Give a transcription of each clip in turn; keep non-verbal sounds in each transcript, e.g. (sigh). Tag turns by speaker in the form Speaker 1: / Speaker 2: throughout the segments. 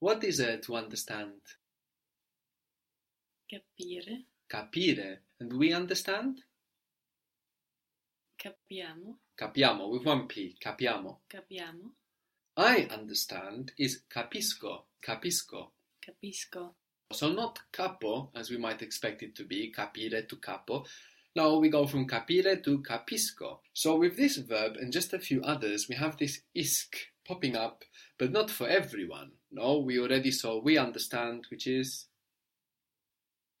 Speaker 1: What is uh, to understand?
Speaker 2: Capire,
Speaker 1: Capire. And we understand?
Speaker 2: capiamo,
Speaker 1: Capiamo, with one P, capiamo.
Speaker 2: capiamo,
Speaker 1: I understand is capisco, capisco.
Speaker 2: capisco,
Speaker 1: So not capo, as we might expect it to be, capire to capo. Now we go from capire to capisco. So with this verb and just a few others, we have this isc popping up, but not for everyone. No, we already saw we understand, which is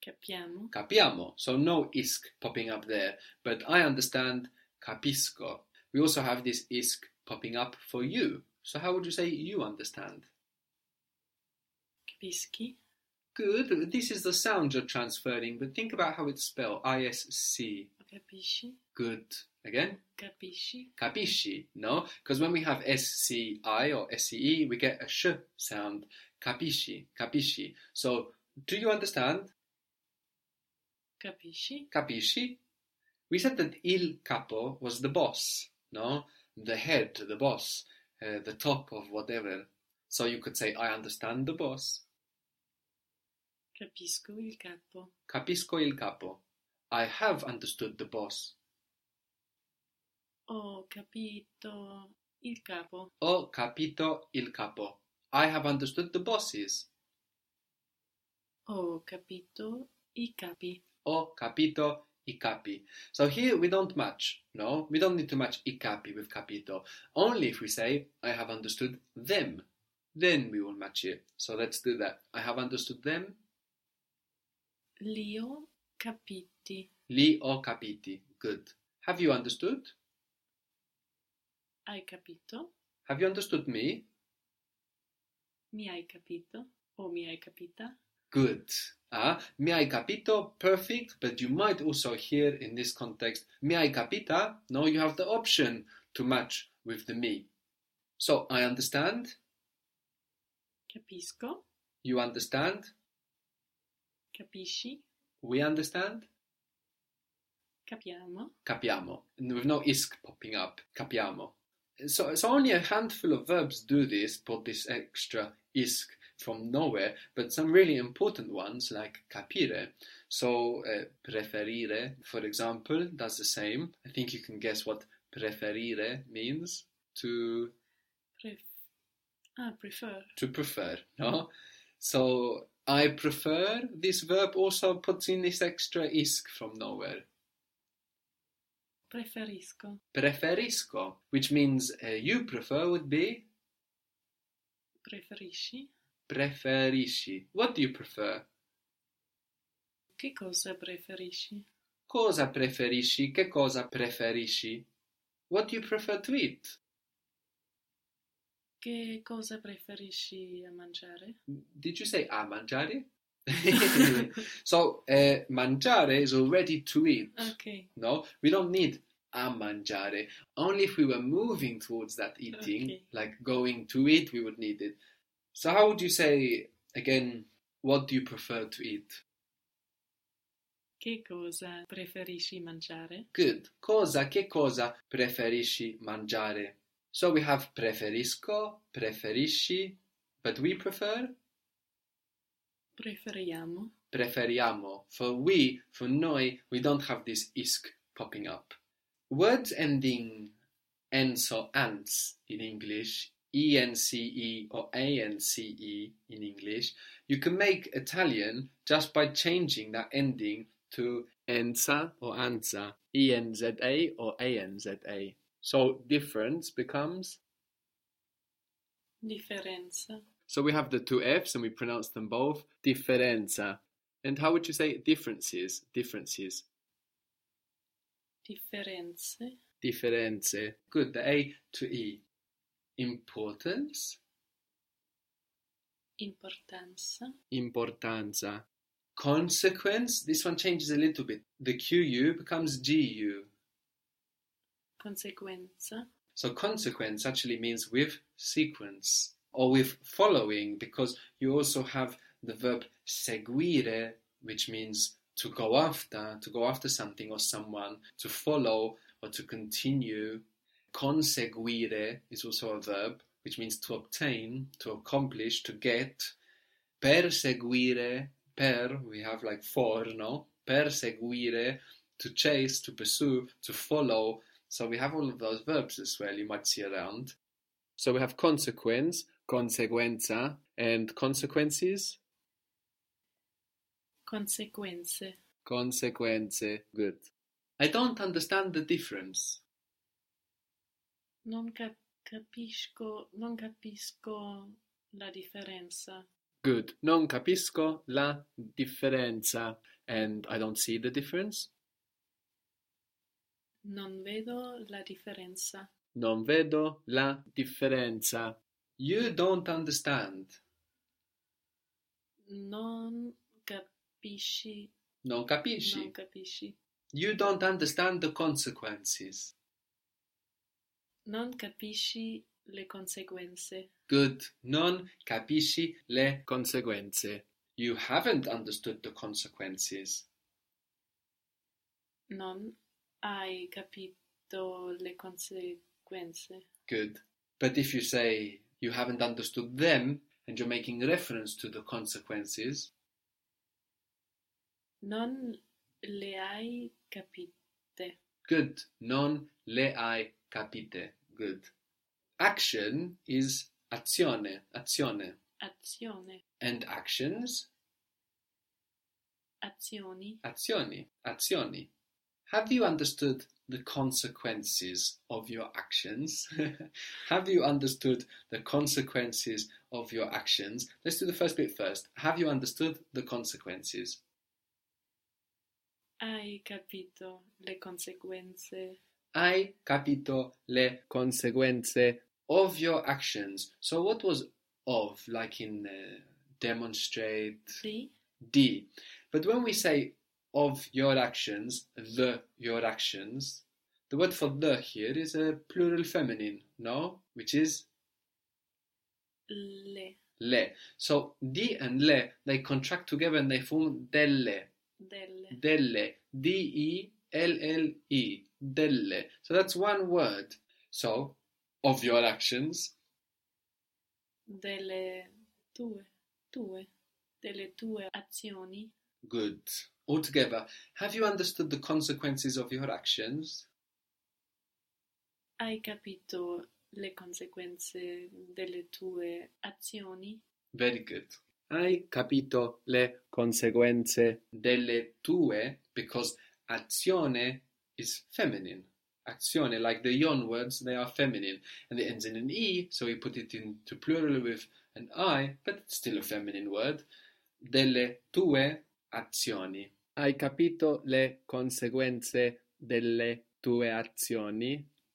Speaker 2: capiamo,
Speaker 1: capiamo. So no isc popping up there, but I understand capisco. We also have this isc popping up for you. So how would you say you understand?
Speaker 2: capischi,
Speaker 1: Good. This is the sound you're transferring, but think about how it's spelled. ISC.
Speaker 2: capisci,
Speaker 1: Good. Again?
Speaker 2: capisci,
Speaker 1: Capisci? No? Because when we have SCI or SCE, we get a sh sound. Capisci. Capisci. So, do you understand?
Speaker 2: capisci,
Speaker 1: Capisci? We said that il capo was the boss, no? The head, the boss, uh, the top of whatever. So you could say, I understand the boss.
Speaker 2: capisco il capo,
Speaker 1: Capisco il capo. I have understood the boss.
Speaker 2: ho capito il capo,
Speaker 1: Ho "Oh, capito il capo. I have understood the bosses.
Speaker 2: ho capito i capi,
Speaker 1: Ho capito i capi. So here we don't match, no? We don't need to match i capi with capito. Only if we say, I have understood them. Then we will match it. So let's do that. I have understood them.
Speaker 2: li ho capiti,
Speaker 1: Li ho capiti. Good. Have you understood?
Speaker 2: hai capito,
Speaker 1: Have you understood me?
Speaker 2: mi hai capito, o mi hai capita,
Speaker 1: Good. Ah, mi hai capito, perfect, but you might also hear in this context, mi hai capita, no, you have the option to match with the me. So, I understand,
Speaker 2: capisco,
Speaker 1: you understand,
Speaker 2: capisci,
Speaker 1: we understand,
Speaker 2: capiamo,
Speaker 1: capiamo, and with no isc popping up, capiamo. So, so only a handful of verbs do this, put this extra isc from nowhere, but some really important ones like capire. So uh, preferire, for example, does the same. I think you can guess what preferire means to
Speaker 2: pref- ah, prefer,
Speaker 1: to prefer, no? So I prefer this verb also puts in this extra isc from nowhere.
Speaker 2: preferisco,
Speaker 1: preferisco, which means uh, you prefer would be
Speaker 2: preferisci,
Speaker 1: preferisci. What do you prefer?
Speaker 2: che cosa preferisci?
Speaker 1: Cosa preferisci? Che cosa preferisci? What do you prefer to eat?
Speaker 2: Che cosa preferisci a mangiare?
Speaker 1: Did you say a mangiare? so, uh, mangiare is already to eat.
Speaker 2: Ok,
Speaker 1: No, we don't need a mangiare. Only if we were moving towards that eating,
Speaker 2: Okay.
Speaker 1: like going to it, we would need it. So, how would you say again? What do you prefer to eat?
Speaker 2: che cosa preferisci mangiare?
Speaker 1: Good. Cosa, che cosa preferisci mangiare? So we have preferisco, preferisci, but we prefer,
Speaker 2: Preferiamo,
Speaker 1: preferiamo. For we, for noi, we don't have this isc popping up. Words ending ens or ants in English, ence e or ance e in English, you can make Italian just by changing that ending to enza or anza, enza or anza. So difference becomes.
Speaker 2: differenza,
Speaker 1: So we have the two F's and we pronounce them both differenza. And how would you say differences? Differences.
Speaker 2: differenze,
Speaker 1: Differenze. Good. The A to E. Importance.
Speaker 2: importanza,
Speaker 1: Importanza. Consequence. This one changes a little bit. The QU becomes GU.
Speaker 2: conseguenza,
Speaker 1: So consequence actually means with sequence or with following because you also have the verb seguire, which means to go after, to go after something or someone, to follow or to continue. Conseguire is also a verb which means to obtain, to accomplish, to get. Perseguire, per, we have like for, no? Perseguire, to chase, to pursue, to follow. So we have all of those verbs as well you might see around. So we have consequence, conseguenza, and consequences.
Speaker 2: Conseguenze.
Speaker 1: Consequenze. Good. I don't understand the difference.
Speaker 2: Non cap- capisco, non capisco la differenza.
Speaker 1: Good. Non capisco la differenza. And I don't see the difference.
Speaker 2: Non vedo la differenza.
Speaker 1: Non vedo la differenza. You don't understand.
Speaker 2: Non capisci.
Speaker 1: Non capisci.
Speaker 2: Non capisci.
Speaker 1: You don't understand the consequences.
Speaker 2: Non capisci le conseguenze.
Speaker 1: Good. Non capisci le conseguenze. You haven't understood the consequences.
Speaker 2: Non hai capito le conseguenze.
Speaker 1: Good. But if you say you haven't understood them and you're making reference to the consequences,
Speaker 2: Non le hai capite.
Speaker 1: good. Non le hai capite. Good. Action is azione, azione.
Speaker 2: Azione.
Speaker 1: And actions,
Speaker 2: Azioni.
Speaker 1: azioni, azioni. Have you understood the consequences of your actions? (laughs) Have you understood the consequences of your actions? Let's do the first bit first. Have you understood the consequences?
Speaker 2: Hai capito le conseguenze.
Speaker 1: Hai capito le conseguenze of your actions. So, what was of, like in uh, demonstrate,
Speaker 2: Sì.
Speaker 1: D. But when we say of your actions, the your actions, the word for the here is a plural feminine, no? Which is
Speaker 2: Le.
Speaker 1: le. So di and le, they contract together and they form delle,
Speaker 2: Delle.
Speaker 1: delle, E D-E-L-L-E, E. delle. So that's one word. So, of your actions,
Speaker 2: Delle tue. Tue. Delle tue azioni.
Speaker 1: good. Altogether, have you understood the consequences of your actions?
Speaker 2: Hai capito le conseguenze delle tue azioni.
Speaker 1: Very good. Hai capito le conseguenze delle tue because azione is feminine. Azione, like the yon words, they are feminine. And it ends in an E, so we put it into plural with an I, but it's still a feminine word. Delle tue azioni. Hai capito le conseguenze delle tue azioni?